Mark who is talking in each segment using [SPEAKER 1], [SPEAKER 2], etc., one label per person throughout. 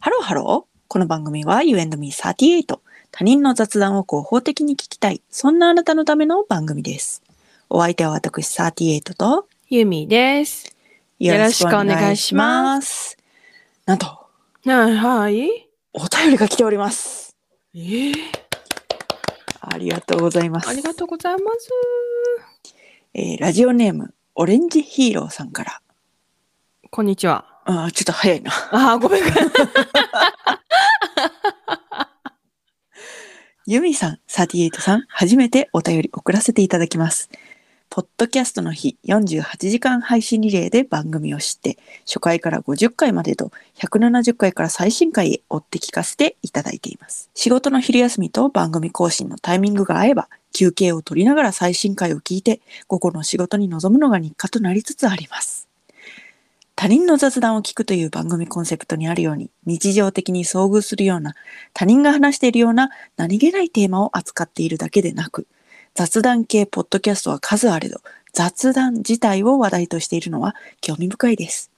[SPEAKER 1] ハローハロー。この番組は You and me38。他人の雑談を合法的に聞きたい。そんなあなたのための番組です。お相手は私38と。
[SPEAKER 2] ゆみです。よろしくお願いします
[SPEAKER 1] なんと、
[SPEAKER 2] はいはい。
[SPEAKER 1] お便りが来ております。
[SPEAKER 2] えー、
[SPEAKER 1] ありがとうございます。
[SPEAKER 2] ありがとうございます。
[SPEAKER 1] えーラジオネーム、オレンジヒーローさんから。
[SPEAKER 2] こんにちは。
[SPEAKER 1] あーちょっと早いな。
[SPEAKER 2] あー、ごめんごめん。
[SPEAKER 1] ユミさん、サティエイトさん、初めてお便り送らせていただきます。ポッドキャストの日48時間配信リレーで番組を知って、初回から50回までと170回から最新回へ追って聞かせていただいています。仕事の昼休みと番組更新のタイミングが合えば、休憩を取りながら最新回を聞いて、午後の仕事に臨むのが日課となりつつあります。他人の雑談を聞くという番組コンセプトにあるように、日常的に遭遇するような、他人が話しているような何気ないテーマを扱っているだけでなく、雑談系ポッドキャストは数あれど、雑談自体を話題としているのは興味深いです。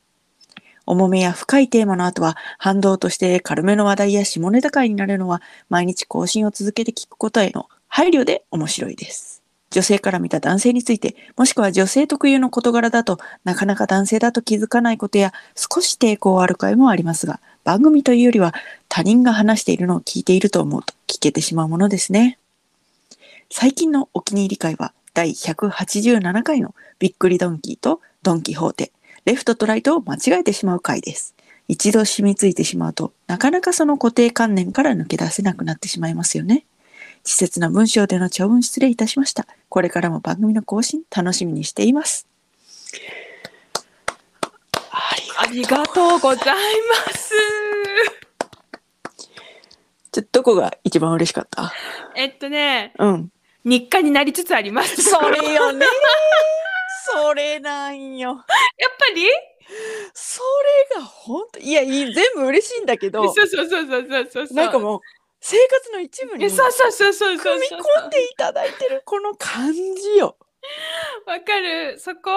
[SPEAKER 1] 重めや深いテーマの後は、反動として軽めの話題や下ネタ会になるのは、毎日更新を続けて聞くことへの配慮で面白いです。女性から見た男性について、もしくは女性特有の事柄だとなかなか男性だと気づかないことや少し抵抗ある回もありますが、番組というよりは他人が話しているのを聞いていると思うと聞けてしまうものですね。最近のお気に入り会は第187回のびっくりドンキーとドンキホーテ、レフトとライトを間違えてしまう回です。一度染みついてしまうとなかなかその固定観念から抜け出せなくなってしまいますよね。稚拙な文章での長文失礼いたしました。これからも番組の更新楽しみにしています。あり
[SPEAKER 2] ありがとうございます。
[SPEAKER 1] ちょどこが一番嬉しかった
[SPEAKER 2] えっとね、
[SPEAKER 1] うん。
[SPEAKER 2] 日課になりつつあります。
[SPEAKER 1] それ
[SPEAKER 2] やっ
[SPEAKER 1] よね。 それなんよ。
[SPEAKER 2] ぱり
[SPEAKER 1] それが本当いやいい全部嬉しいんだけど
[SPEAKER 2] そうそうそうそうそうそう。
[SPEAKER 1] なんかもう生活の一部に
[SPEAKER 2] えそうそうそうそうそう
[SPEAKER 1] 組み込んでいただいてるこの感じよ
[SPEAKER 2] わかるそこ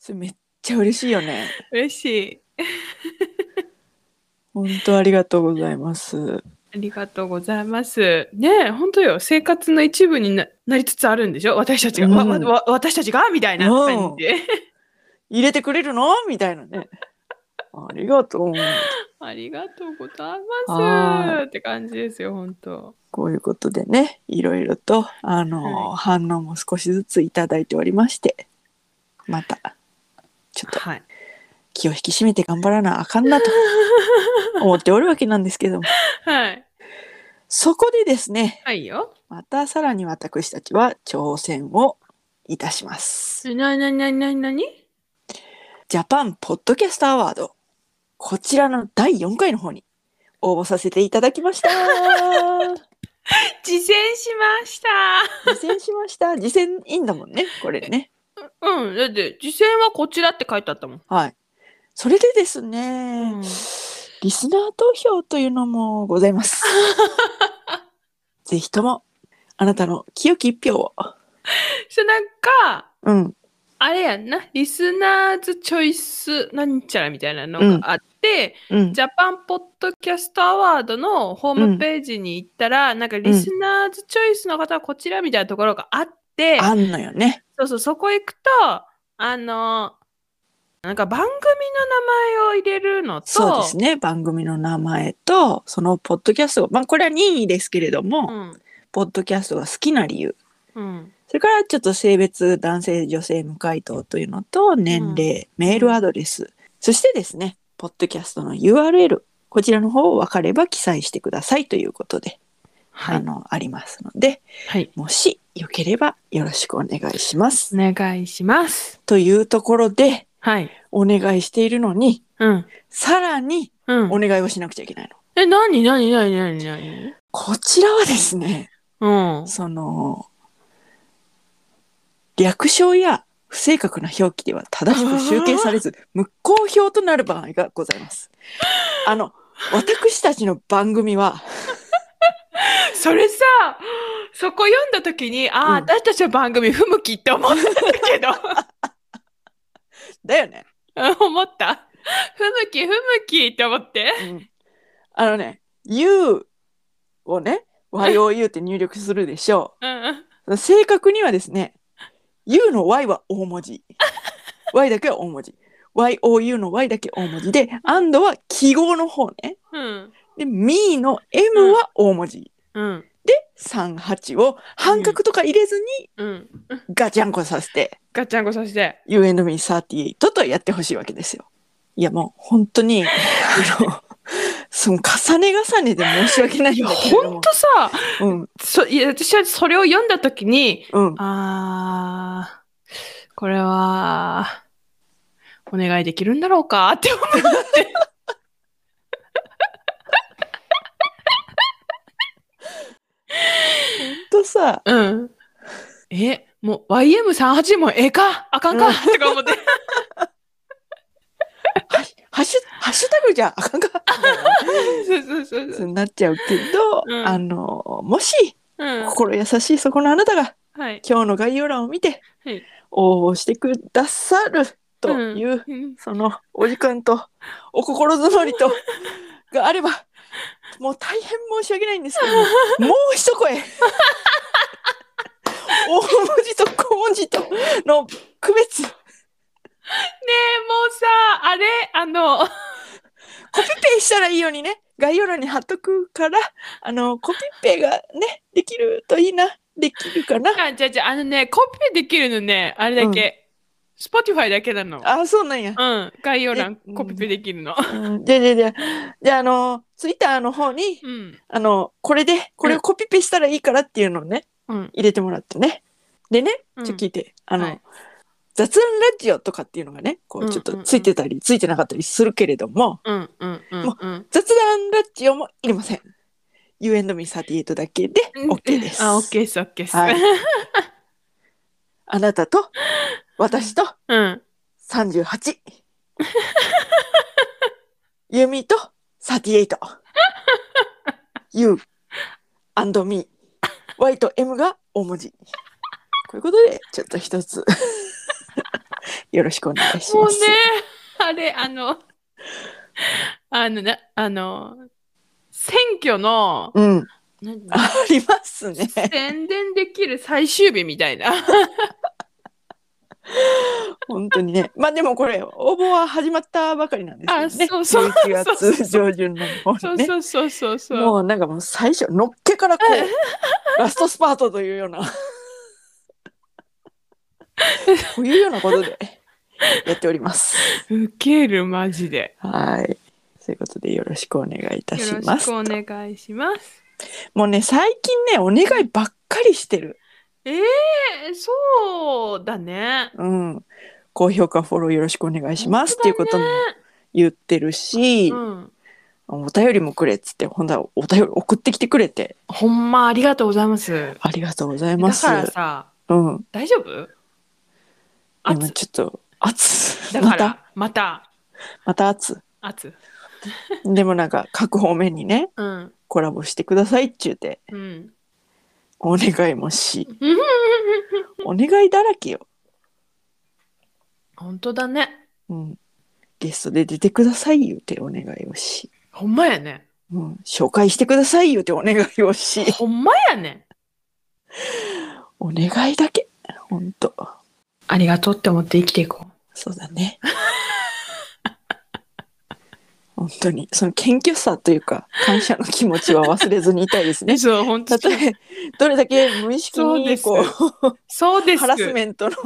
[SPEAKER 1] それめっちゃ嬉しいよね
[SPEAKER 2] 嬉しい
[SPEAKER 1] 本当ありがとうございます
[SPEAKER 2] ありがとうございますねえ本当よ生活の一部にななりつつあるんでしょ私たちが、わ
[SPEAKER 1] うん
[SPEAKER 2] わわ私たちがみたいな感じ
[SPEAKER 1] 入れてくれるのみたいなねありがとう
[SPEAKER 2] ありがとうございま
[SPEAKER 1] は
[SPEAKER 2] すって感じですよ本当
[SPEAKER 1] こういうことでねいろいろとあの、
[SPEAKER 2] は
[SPEAKER 1] 反応も少しずついただいておりましてまたちょっと
[SPEAKER 2] はい
[SPEAKER 1] 気を引き締めて頑張らなあかんなと思っておるわけなんですけども
[SPEAKER 2] はい
[SPEAKER 1] そこでですね
[SPEAKER 2] はいよ
[SPEAKER 1] またさらに私たちは挑戦をいたします。
[SPEAKER 2] なになになになになに
[SPEAKER 1] ジャパンポッドキャストアワード。こちらの第4回の方に応募させていただきました。
[SPEAKER 2] 自践しました
[SPEAKER 1] 実践しました。実践いいんだもんね、これね。
[SPEAKER 2] うんだって実践はこちらって書いてあったもん
[SPEAKER 1] はい。それでですね、
[SPEAKER 2] うん
[SPEAKER 1] リスナー投票というのもございます。ぜひとも、あなたの清き一票を。
[SPEAKER 2] そうなんか
[SPEAKER 1] うん。
[SPEAKER 2] あれやんな、リスナーズチョイスなんちゃらみたいなの
[SPEAKER 1] うん
[SPEAKER 2] があって、
[SPEAKER 1] うん。
[SPEAKER 2] ジャパンポッドキャストアワードのホームページに行ったら、なんかリスナーズチョイスの方はこちらみたいなところがあって、
[SPEAKER 1] あんのよね。
[SPEAKER 2] そうそう、そこ行くと、あの、なんか番組の名前を入れるのと、
[SPEAKER 1] そうですね。番組の名前と、そのポッドキャスト、まあこれは任意ですけれども、
[SPEAKER 2] うん。
[SPEAKER 1] ポッドキャストが好きな理由。
[SPEAKER 2] うん。
[SPEAKER 1] それからちょっと性別、男性、女性無回答というのと、年齢、メールアドレス。そしてですね、ポッドキャストの URL。こちらの方を分かれば記載してくださいということで、
[SPEAKER 2] は
[SPEAKER 1] あ
[SPEAKER 2] い。
[SPEAKER 1] の、ありますので、
[SPEAKER 2] はい。
[SPEAKER 1] もしよければよろしくお願いします。
[SPEAKER 2] お願いします。
[SPEAKER 1] というところで、
[SPEAKER 2] はい。
[SPEAKER 1] お願いしているのに、
[SPEAKER 2] うん。
[SPEAKER 1] さらに
[SPEAKER 2] うん
[SPEAKER 1] お。願いをしなくちゃいけないの。
[SPEAKER 2] え、なになになになになに
[SPEAKER 1] こちらはですね、
[SPEAKER 2] うん。
[SPEAKER 1] その略称や不正確な表記では正しく集計されず無効票となる場合がござい ます。あの私たちの番組は
[SPEAKER 2] それさ、そこ読んだ時に、ああ、
[SPEAKER 1] うん
[SPEAKER 2] 私たちの番組不向きって思ったけど、
[SPEAKER 1] だよね
[SPEAKER 2] うん思った。ふむき、ふむきって思って。
[SPEAKER 1] うんあのね「You」をね「おはよう You」って入力するでしょ
[SPEAKER 2] うんうん。
[SPEAKER 1] う正確にはですね「You」の「Y」は大文 字「Y」だけは大文字「YOU」の「Y」だけ大文字で「and」は記号の方ね
[SPEAKER 2] うん。
[SPEAKER 1] で「Me」の「M」は大文字
[SPEAKER 2] うん。
[SPEAKER 1] 38を半角とか入れずに
[SPEAKER 2] うん。
[SPEAKER 1] ガチャンコさせて
[SPEAKER 2] ガッチャンコさせて。
[SPEAKER 1] 「You and me38」とやってほしいわけですよ。いやもう本当にあの その重ね重ねで申し訳ないん
[SPEAKER 2] いや、
[SPEAKER 1] だけれど
[SPEAKER 2] ほん
[SPEAKER 1] も
[SPEAKER 2] とさ、
[SPEAKER 1] うん
[SPEAKER 2] そいや私はそれを読んだときに、
[SPEAKER 1] うん
[SPEAKER 2] あー、これは、お願いできるんだろうかって思って。
[SPEAKER 1] とさ
[SPEAKER 2] うん。え、もう YM38 もええかあかん
[SPEAKER 1] う
[SPEAKER 2] か
[SPEAKER 1] ん
[SPEAKER 2] とか思って。
[SPEAKER 1] ハッシュハッシュタグじゃあかんかみたいな
[SPEAKER 2] そうそうそう
[SPEAKER 1] そ
[SPEAKER 2] そうう。
[SPEAKER 1] なっちゃうけど、
[SPEAKER 2] うん
[SPEAKER 1] あのもし
[SPEAKER 2] うん。
[SPEAKER 1] 心優しいそこのあなたが
[SPEAKER 2] はい。
[SPEAKER 1] 今日の概要欄を見て
[SPEAKER 2] はい
[SPEAKER 1] 応募してくださるという、
[SPEAKER 2] うん
[SPEAKER 1] そのお時間とお心づもりとがあればもう大変申し訳ないんですけどももう一声大文字と小文字との区別コ
[SPEAKER 2] ねえ、もうさ、あれ、あの、
[SPEAKER 1] ピペしたらいいようにね概要欄に貼っとくからあのコピペがねできるといいなできるかな
[SPEAKER 2] あ、じゃあじゃあ、あのね、コピペできるのね、あれだけ、Spotify だけなの。
[SPEAKER 1] あそうなんや、
[SPEAKER 2] うん、概要欄
[SPEAKER 1] え
[SPEAKER 2] コピペできるの。
[SPEAKER 1] うん、じゃあじゃあじゃあじゃああのツイッターの方に
[SPEAKER 2] うん。
[SPEAKER 1] あのこれでこれをコピペしたらいいからっていうのをね
[SPEAKER 2] うん。
[SPEAKER 1] 入れてもらってねでね
[SPEAKER 2] うん
[SPEAKER 1] ちょっと聞いて、あの、
[SPEAKER 2] はい
[SPEAKER 1] 雑談ラジオとかっていうのがね、こ
[SPEAKER 2] うん
[SPEAKER 1] うちょっ
[SPEAKER 2] うんう
[SPEAKER 1] と
[SPEAKER 2] ん
[SPEAKER 1] ついてたりついてなかったりするけれども、
[SPEAKER 2] うんうんうんうん。
[SPEAKER 1] 雑談ラジオもいりません。You and me38 だけで OK です。
[SPEAKER 2] あ、OK です、OK です。
[SPEAKER 1] はいあなたと私と
[SPEAKER 2] うん。
[SPEAKER 1] 38。ユミと38。you and me。Y と M が大文字。こういうことで、ちょっと一 つよろしくお願いします。
[SPEAKER 2] もうね、あれ、あの、あのね、あの、選挙の、
[SPEAKER 1] うん、
[SPEAKER 2] 何
[SPEAKER 1] ありますね。
[SPEAKER 2] 宣伝できる最終日みたいな。
[SPEAKER 1] 本当にね。まあでもこれ、応募は始まったばかりなんですよね。
[SPEAKER 2] あそうそう
[SPEAKER 1] 11月上旬の方
[SPEAKER 2] そ
[SPEAKER 1] に
[SPEAKER 2] う
[SPEAKER 1] ね。
[SPEAKER 2] そうそうそうそう。
[SPEAKER 1] もうなんかもう最初、のっけからこう、 ラストスパートという ような、こういうようなことで やっております。
[SPEAKER 2] ウケるマジで。
[SPEAKER 1] はい。ということでよろしくお願いいた
[SPEAKER 2] よ
[SPEAKER 1] し
[SPEAKER 2] ろ
[SPEAKER 1] ま
[SPEAKER 2] し
[SPEAKER 1] す
[SPEAKER 2] く。お願いします。
[SPEAKER 1] もうね、最近ね、お願いばっかりしてる。
[SPEAKER 2] ええそうだね。
[SPEAKER 1] うん。高評価、フォローよろしくお願いします、
[SPEAKER 2] 本
[SPEAKER 1] っていう
[SPEAKER 2] 当
[SPEAKER 1] ことも
[SPEAKER 2] だね
[SPEAKER 1] 言ってるし、
[SPEAKER 2] うん。
[SPEAKER 1] お便りもくれっつって、ほんだお便り送ってきてくれて、
[SPEAKER 2] ほんまありがとうございます。
[SPEAKER 1] ありがとうございま
[SPEAKER 2] だ
[SPEAKER 1] す。
[SPEAKER 2] からさ、
[SPEAKER 1] うん。
[SPEAKER 2] 大丈夫
[SPEAKER 1] でも
[SPEAKER 2] 熱
[SPEAKER 1] ちょっと、熱。
[SPEAKER 2] だ
[SPEAKER 1] ま
[SPEAKER 2] か
[SPEAKER 1] た、
[SPEAKER 2] ら、また、
[SPEAKER 1] また熱。
[SPEAKER 2] 熱。
[SPEAKER 1] でもなんか、各方面にね、
[SPEAKER 2] うん。
[SPEAKER 1] コラボしてくださいっちゅうて、
[SPEAKER 2] うん。
[SPEAKER 1] お願いも し、お願いだらけよ。
[SPEAKER 2] 本当だね。
[SPEAKER 1] うん。ゲストで出てください言うてお願いをし、
[SPEAKER 2] ほんまやね。
[SPEAKER 1] うん。紹介してください言うてお願いをし、
[SPEAKER 2] ほんまやね。
[SPEAKER 1] お願いだけ。ほんと。
[SPEAKER 2] ありがとうって思って生きていこ
[SPEAKER 1] そうだ ね。本当に、その謙虚さというか、感謝の気持ちは忘れずにいたいです
[SPEAKER 2] う。
[SPEAKER 1] ね。
[SPEAKER 2] そう、本
[SPEAKER 1] た
[SPEAKER 2] 当
[SPEAKER 1] とえ、どれだけ無意識
[SPEAKER 2] そうで
[SPEAKER 1] に
[SPEAKER 2] す
[SPEAKER 1] こう、
[SPEAKER 2] そうです。
[SPEAKER 1] ハラスメントの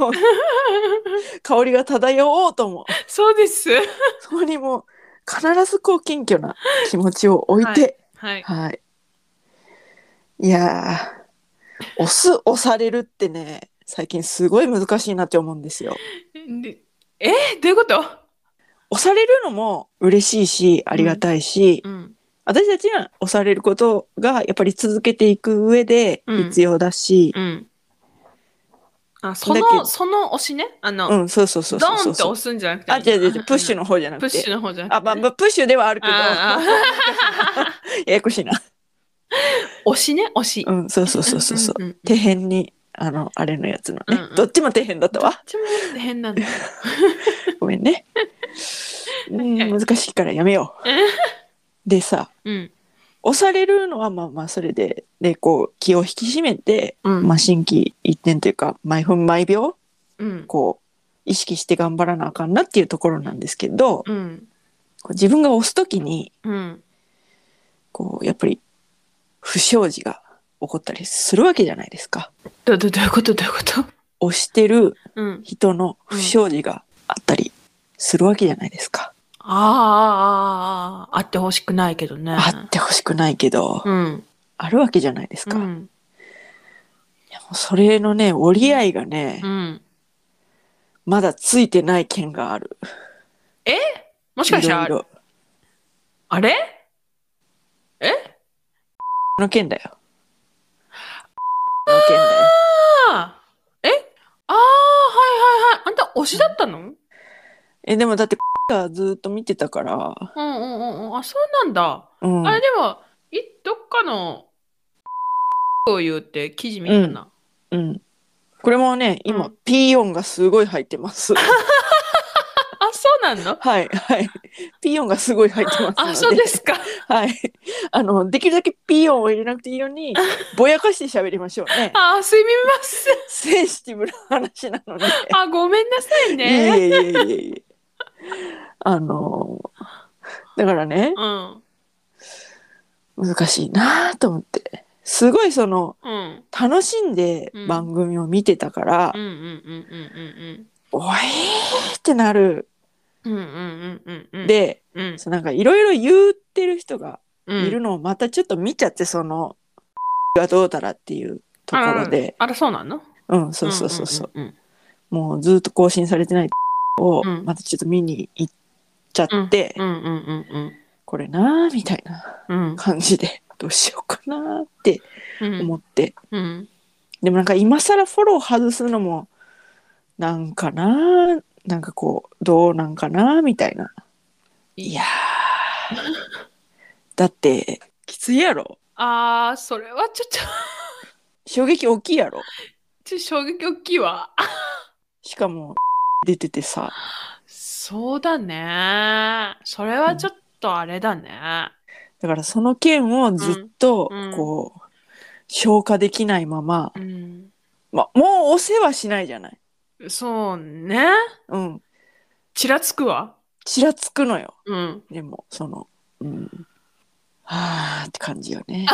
[SPEAKER 1] 香りが漂おうと も、
[SPEAKER 2] そうです。
[SPEAKER 1] そこにも必ずこう謙虚な気持ちを置いて、
[SPEAKER 2] はい。
[SPEAKER 1] はい。い、やー、押す、押されるってね、最近すごい難しいなって思うんですよ。
[SPEAKER 2] でえどういうこと
[SPEAKER 1] 押されるのも嬉しいし、ありがたいし、
[SPEAKER 2] うん。
[SPEAKER 1] 私たちが押されることがやっぱり続けていく上で
[SPEAKER 2] うん
[SPEAKER 1] 必要だし、
[SPEAKER 2] うん。あ、そ
[SPEAKER 1] だけど
[SPEAKER 2] の、その押しね。あの、
[SPEAKER 1] うん、そうそうそう
[SPEAKER 2] ド
[SPEAKER 1] そう
[SPEAKER 2] ー
[SPEAKER 1] そ
[SPEAKER 2] ン
[SPEAKER 1] う
[SPEAKER 2] って押すんじゃなくて。
[SPEAKER 1] あ、違う違う違う、プッシュ
[SPEAKER 2] の。
[SPEAKER 1] の方じゃな
[SPEAKER 2] プ
[SPEAKER 1] く
[SPEAKER 2] ッシュ
[SPEAKER 1] て。
[SPEAKER 2] の方じゃなくて。
[SPEAKER 1] あ、まあ、まあプッシュではあるけど、
[SPEAKER 2] あああ
[SPEAKER 1] ややこしいな。
[SPEAKER 2] 押しね、押し。
[SPEAKER 1] うん、そうそうそうそうそう。
[SPEAKER 2] んんん
[SPEAKER 1] 底辺に、あの、あれのやつのね、
[SPEAKER 2] うんうん
[SPEAKER 1] どっちも底辺だった
[SPEAKER 2] どっ
[SPEAKER 1] わ。
[SPEAKER 2] ちも変なんだよ。
[SPEAKER 1] ごめんね。うん難しいからやめよう。 でさ
[SPEAKER 2] うん。
[SPEAKER 1] 押されるのはまあまあそれででこう気を引き締めて、
[SPEAKER 2] うん
[SPEAKER 1] まあ、心機一転というか毎分毎秒
[SPEAKER 2] うん。
[SPEAKER 1] こう意識して頑張らなあかんなっていうところなんですけど
[SPEAKER 2] うん。
[SPEAKER 1] こう自分が押す時に
[SPEAKER 2] うん。
[SPEAKER 1] こうやっぱり不祥事が起こったりするわけじゃないですか。
[SPEAKER 2] ど、ど、どういうことどういうこと
[SPEAKER 1] 押してる
[SPEAKER 2] うん。
[SPEAKER 1] 人の不祥事があったりするわけじゃないですか。
[SPEAKER 2] ああ、あってほしくないけどね。
[SPEAKER 1] あってほしくないけど、
[SPEAKER 2] うん。
[SPEAKER 1] あるわけじゃないです
[SPEAKER 2] う
[SPEAKER 1] か。い
[SPEAKER 2] ん。
[SPEAKER 1] やもうそれのね折り合いがね、
[SPEAKER 2] うん。
[SPEAKER 1] まだついてない件がある。
[SPEAKER 2] もしかした
[SPEAKER 1] い
[SPEAKER 2] ら、
[SPEAKER 1] ろいろ
[SPEAKER 2] あれ
[SPEAKER 1] の件だよ。の件だよ。
[SPEAKER 2] あーえああ、はいはいはい。あんた推しだったのうん
[SPEAKER 1] えでもだってがずっと見てたから、
[SPEAKER 2] うんうんうん。あ、そうなんだ。
[SPEAKER 1] うん、
[SPEAKER 2] あれでも、いどっかの、を言うって記事見たな。
[SPEAKER 1] うん。これもね今、
[SPEAKER 2] うん
[SPEAKER 1] ピー音がすごい入ってます。
[SPEAKER 2] あ、そうなんの
[SPEAKER 1] はいはい。ピー音がすごい入ってますので。
[SPEAKER 2] あ、そうですか。。
[SPEAKER 1] はい。あのできるだけピー音を入れなくていいようにぼやかして喋りましょうね
[SPEAKER 2] あ、すみません。
[SPEAKER 1] センシティブな話なので。
[SPEAKER 2] あ、ごめんなさい
[SPEAKER 1] い
[SPEAKER 2] ね。
[SPEAKER 1] えいえいえいえいえ。あのだからね
[SPEAKER 2] うん。
[SPEAKER 1] 難しいなと思ってすごいその
[SPEAKER 2] うん。
[SPEAKER 1] 楽しんで
[SPEAKER 2] うん
[SPEAKER 1] 番組を見てたから
[SPEAKER 2] うんうんう、んうん
[SPEAKER 1] おえーってなる、
[SPEAKER 2] うんうん。うんうんうんうんうん。、
[SPEAKER 1] で
[SPEAKER 2] うん。
[SPEAKER 1] そうなんかいろいろ言ってる人が
[SPEAKER 2] うん、
[SPEAKER 1] いるのをまたちょっと見ちゃってその、がどうたらっていうところで、
[SPEAKER 2] あら、そうなの
[SPEAKER 1] うんそうそうそうそう,、。
[SPEAKER 2] うんん
[SPEAKER 1] もうずっと更新されてないを
[SPEAKER 2] うん
[SPEAKER 1] またちょっと見に行っちゃって、
[SPEAKER 2] うんうんうん
[SPEAKER 1] これなーみたいな
[SPEAKER 2] うん。
[SPEAKER 1] 感じで どうしようかなーって
[SPEAKER 2] うん。
[SPEAKER 1] 思って、
[SPEAKER 2] うん。
[SPEAKER 1] でもなんか今更フォロー外すのもなんかなーなんかこうどうなんかなーみたいないいやー だってきついやろ
[SPEAKER 2] あー、それはちょっと
[SPEAKER 1] 衝撃大きいやろ
[SPEAKER 2] ちょっと衝撃大きいわ。
[SPEAKER 1] しかも 出ててさ
[SPEAKER 2] そうだね。それはちょっとあれだね。
[SPEAKER 1] だからその件をずっと
[SPEAKER 2] うんうん
[SPEAKER 1] こう、消化できないまま、
[SPEAKER 2] うん。
[SPEAKER 1] ま、もうお世話しないじゃない
[SPEAKER 2] そうね。
[SPEAKER 1] うん
[SPEAKER 2] ちらつくわ。
[SPEAKER 1] ちらつくのよ
[SPEAKER 2] うん。
[SPEAKER 1] でもそのうんはあって感じよね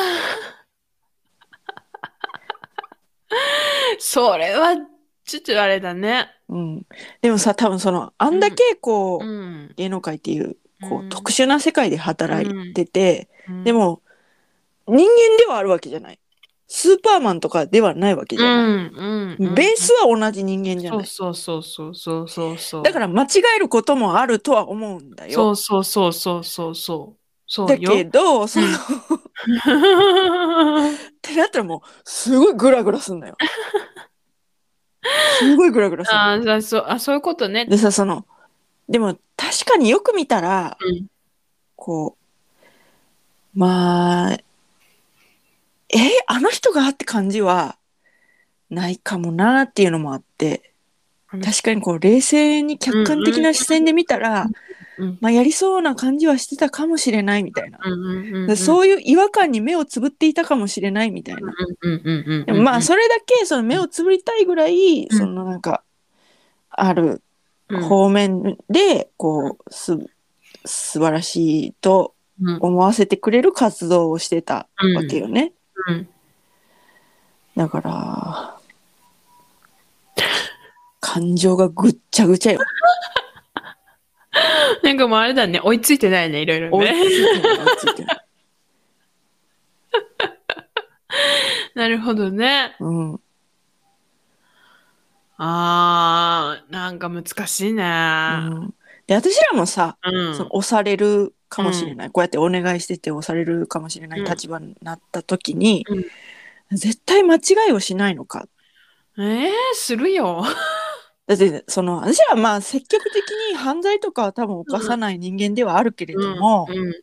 [SPEAKER 2] それはちょっとあれだね。
[SPEAKER 1] うんでもさ多分そのあんだけこう、
[SPEAKER 2] うん。
[SPEAKER 1] 芸能界っていうこう、
[SPEAKER 2] うん
[SPEAKER 1] 特殊な世界で働いてて、で、も人間ではあるわけじゃないスーパーマンとかではないわけ
[SPEAKER 2] う
[SPEAKER 1] じゃない、
[SPEAKER 2] んうん。
[SPEAKER 1] ベースは同じ人間じゃ
[SPEAKER 2] そ
[SPEAKER 1] な
[SPEAKER 2] う
[SPEAKER 1] い
[SPEAKER 2] そうそうそうそうそうそう。
[SPEAKER 1] だから間違えることもあるとは思うんだよ
[SPEAKER 2] そうそうそうそうそうそう。そう
[SPEAKER 1] だ
[SPEAKER 2] よ。
[SPEAKER 1] けどその
[SPEAKER 2] うん
[SPEAKER 1] ってなったらもうすごいグラグラすんだよすごいグラグラすんの
[SPEAKER 2] あーそうあそういうことね。
[SPEAKER 1] でさそのでも確かによく見たら、
[SPEAKER 2] うん
[SPEAKER 1] こうまあえあの人がって感じはないかもなっていうのもあって
[SPEAKER 2] うん
[SPEAKER 1] 確かにこう冷静に客観的な視線で見たら、
[SPEAKER 2] うん
[SPEAKER 1] まあ、やりそうな感じはしてたかもしれないみたいな、
[SPEAKER 2] うんうんうんう
[SPEAKER 1] で
[SPEAKER 2] ん、
[SPEAKER 1] そういう違和感に目をつぶっていたかもしれないみたいな。
[SPEAKER 2] うんうんうんうん
[SPEAKER 1] でもまあそれだけその目をつぶりたいぐらい、
[SPEAKER 2] うん
[SPEAKER 1] そのなんかある
[SPEAKER 2] うん
[SPEAKER 1] 方面でこうす素晴らしいと
[SPEAKER 2] うん
[SPEAKER 1] 思わせてくれる活動をしてたわけよね。
[SPEAKER 2] うん
[SPEAKER 1] だから感情がぐっちゃぐちゃよ。
[SPEAKER 2] なんかもうあれだね、追いついてないね、いろいろ
[SPEAKER 1] 追い
[SPEAKER 2] ね。
[SPEAKER 1] ついてない追いついてない
[SPEAKER 2] なるほどね。
[SPEAKER 1] うん、
[SPEAKER 2] あー、なんか難しいね。
[SPEAKER 1] うんで私らもさ、
[SPEAKER 2] うん。
[SPEAKER 1] その押されるかもしれない、こうやってお願いしてて押されるかもしれない立場になった時に、
[SPEAKER 2] うん
[SPEAKER 1] 絶対間違いをしないのか
[SPEAKER 2] えー、するよ。
[SPEAKER 1] だってその私はまあ積極的に犯罪とかは多分犯さない人間ではあるけれども、
[SPEAKER 2] うん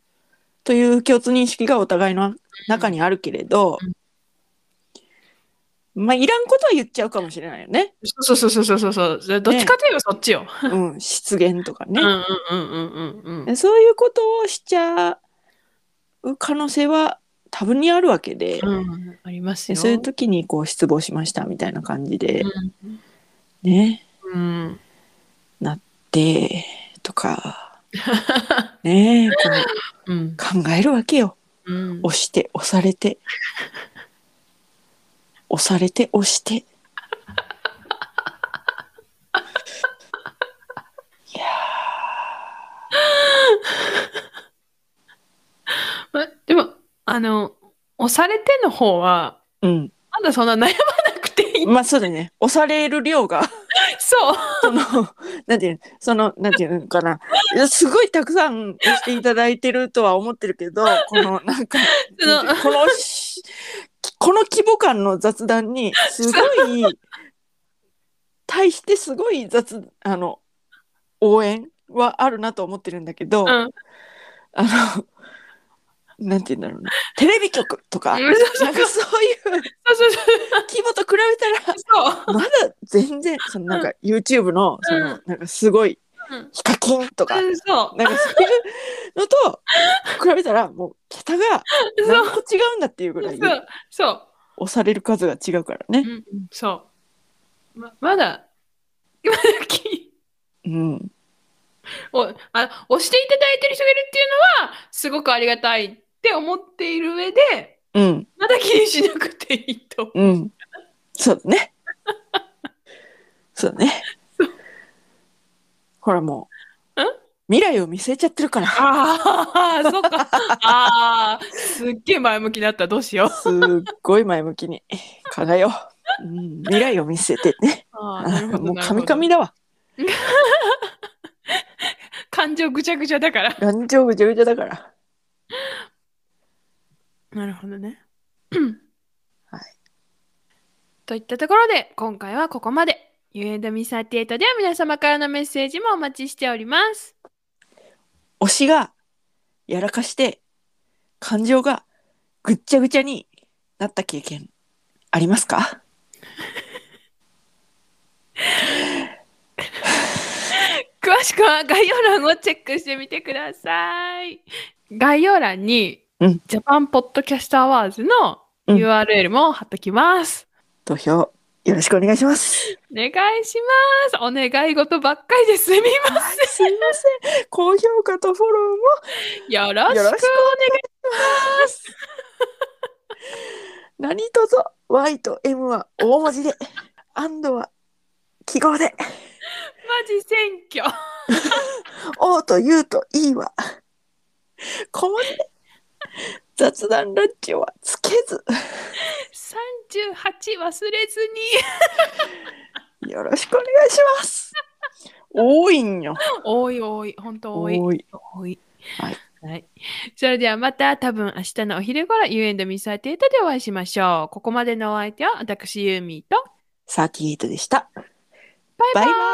[SPEAKER 1] という共通認識がお互いの中にあるけれど、
[SPEAKER 2] うん
[SPEAKER 1] まあ、いらんことは言っちゃうかもしれないよね。
[SPEAKER 2] そうそうそうそうそうそう。じゃあどっちかといえばそっちよ。
[SPEAKER 1] うん、失言とか
[SPEAKER 2] う
[SPEAKER 1] ね
[SPEAKER 2] ん、うんうんうんうん。
[SPEAKER 1] でそういうことをしちゃう可能性は多分にあるわけで、
[SPEAKER 2] うん、あります
[SPEAKER 1] で
[SPEAKER 2] よ。
[SPEAKER 1] そういう時にこう失望しましたみたいな感じで、
[SPEAKER 2] うん
[SPEAKER 1] ね、
[SPEAKER 2] うん。
[SPEAKER 1] で、とか、 ね、こ
[SPEAKER 2] う
[SPEAKER 1] う
[SPEAKER 2] ん。
[SPEAKER 1] 考えるわけよ。
[SPEAKER 2] うん。
[SPEAKER 1] 押して、押され て、押されて、押して。いや
[SPEAKER 2] までも、あの、押されての方は、
[SPEAKER 1] ーうん。
[SPEAKER 2] まだそんな悩まなくていい。
[SPEAKER 1] まあそうだね。押される量が。
[SPEAKER 2] そう。
[SPEAKER 1] その、なんていうの、その、なんていうのかな。いやすごいたくさん押していただいてるとは思ってるけど、この、なんか、
[SPEAKER 2] その
[SPEAKER 1] このし、この規模感の雑談に、すごい、対してすごい雑、あの、応援はあるなと思ってるんだけど、
[SPEAKER 2] うん。
[SPEAKER 1] あの、なんていうんだろうな。テレビ局とか、
[SPEAKER 2] う
[SPEAKER 1] なん
[SPEAKER 2] ん
[SPEAKER 1] か
[SPEAKER 2] そう
[SPEAKER 1] そう
[SPEAKER 2] そ
[SPEAKER 1] いう
[SPEAKER 2] うそうそう
[SPEAKER 1] 規模と比べたら、
[SPEAKER 2] そう。
[SPEAKER 1] まだ全然そのなんか YouTube のそのなんかすごい
[SPEAKER 2] うん
[SPEAKER 1] ヒカキンとか
[SPEAKER 2] う
[SPEAKER 1] なん
[SPEAKER 2] んそう。
[SPEAKER 1] かそういうのと比べたらもう桁が何個違うんだっていうぐらい
[SPEAKER 2] そう。そう。
[SPEAKER 1] 押される数が違うから
[SPEAKER 2] う
[SPEAKER 1] ね。
[SPEAKER 2] んうんそう。ままだ、 今だき
[SPEAKER 1] うん、
[SPEAKER 2] おあ押していただいてる人がいるっていうのは、すごくありがたいって思っている上で、
[SPEAKER 1] うん、
[SPEAKER 2] まだ気にしなくていいと。
[SPEAKER 1] うん、そうだね。そうだね
[SPEAKER 2] そう。
[SPEAKER 1] ほらもうん未来を見据えちゃってるから。
[SPEAKER 2] ああ、そっか。 ああ、すっげえ前向きだった。どうしよう。
[SPEAKER 1] すっごい前向きに課題を、うん、未来を見据えてね。
[SPEAKER 2] あーなる ほど
[SPEAKER 1] もう
[SPEAKER 2] なる
[SPEAKER 1] カ
[SPEAKER 2] ほど
[SPEAKER 1] ミカミだわ。
[SPEAKER 2] 感情ぐちゃぐちゃだから。
[SPEAKER 1] 感情ぐちゃぐちゃだから。
[SPEAKER 2] なるほどね。
[SPEAKER 1] はい。
[SPEAKER 2] といったところで、今回はここまで。U&Me38 では皆様からのメッセージもお待ちしております。
[SPEAKER 1] 推しがやらかして感情がぐっちゃぐちゃになった経験ありますか
[SPEAKER 2] 詳しくは概要欄をチェックしてみてください。概要欄に、
[SPEAKER 1] うん
[SPEAKER 2] ジャパンポッドキャストアワーズの
[SPEAKER 1] うん
[SPEAKER 2] URL も貼っときます。
[SPEAKER 1] 投票よろしくお願いします。
[SPEAKER 2] お願いします。お願い事ばっかりですみま
[SPEAKER 1] すいません。高評価とフォロ
[SPEAKER 2] せん。よろ
[SPEAKER 1] ーも
[SPEAKER 2] しく
[SPEAKER 1] よろしくお願いします。 何とぞ Y と M は大文字で、アンドは記号で、
[SPEAKER 2] マジ選挙。
[SPEAKER 1] O と U と E は小文字で、雑談ラジオはつけず。
[SPEAKER 2] 38忘れずに。
[SPEAKER 1] よろしくお願いします。多いんよ。
[SPEAKER 2] 多い多い。本当多い。
[SPEAKER 1] 多い。
[SPEAKER 2] 多い。
[SPEAKER 1] はい。
[SPEAKER 2] はい。それではまた多分明日のお昼頃 You and Mr. テータでお会いしましょう。ここまでのお相手は私ユーミーと
[SPEAKER 1] 38でした。
[SPEAKER 2] バイバ
[SPEAKER 1] バイ
[SPEAKER 2] イ
[SPEAKER 1] バイ